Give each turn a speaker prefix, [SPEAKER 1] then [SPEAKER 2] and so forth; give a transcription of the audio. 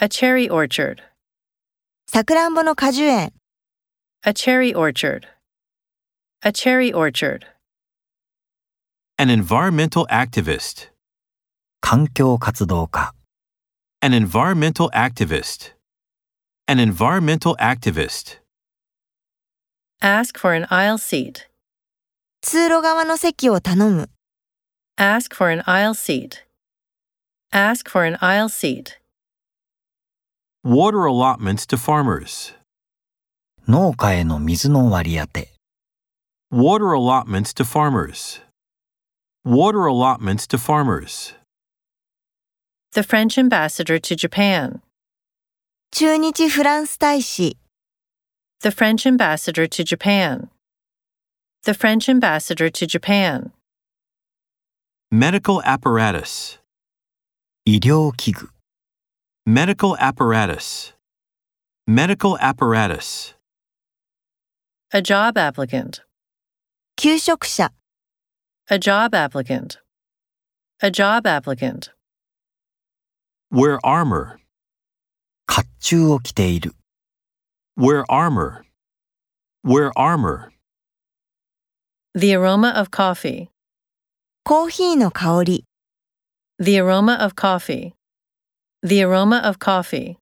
[SPEAKER 1] A cherry orchard.
[SPEAKER 2] さくらんぼの果樹園、
[SPEAKER 1] A cherry orchard. A cherry orchard.
[SPEAKER 3] An environmental activist.
[SPEAKER 4] 環境活動家、
[SPEAKER 3] An environmental activist. An environmental activist.
[SPEAKER 1] Ask for an aisle seat.
[SPEAKER 2] 通路側の席を頼む、
[SPEAKER 1] Ask for an aisle seat. Ask for an aisle seat.
[SPEAKER 3] Water allotments to farmers.
[SPEAKER 4] 農家への水の割り当て、
[SPEAKER 3] Water allotments to farmers. Water allotments to farmers.
[SPEAKER 1] The French ambassador to Japan.
[SPEAKER 2] 中日フランス大使、
[SPEAKER 1] The French ambassador to Japan. The French ambassador to Japan.
[SPEAKER 3] Medical apparatus.
[SPEAKER 4] 医療器具、
[SPEAKER 3] Medical apparatus. Medical apparatus.
[SPEAKER 1] A job applicant.
[SPEAKER 2] 求職者、
[SPEAKER 1] A job applicant. A job applicant.
[SPEAKER 3] Wear armor.
[SPEAKER 4] 甲冑を着ている、
[SPEAKER 3] Wear armor. Wear armor.
[SPEAKER 1] The aroma of coffee.
[SPEAKER 2] コーヒーの香り。
[SPEAKER 1] The aroma of coffee. The aroma of coffee.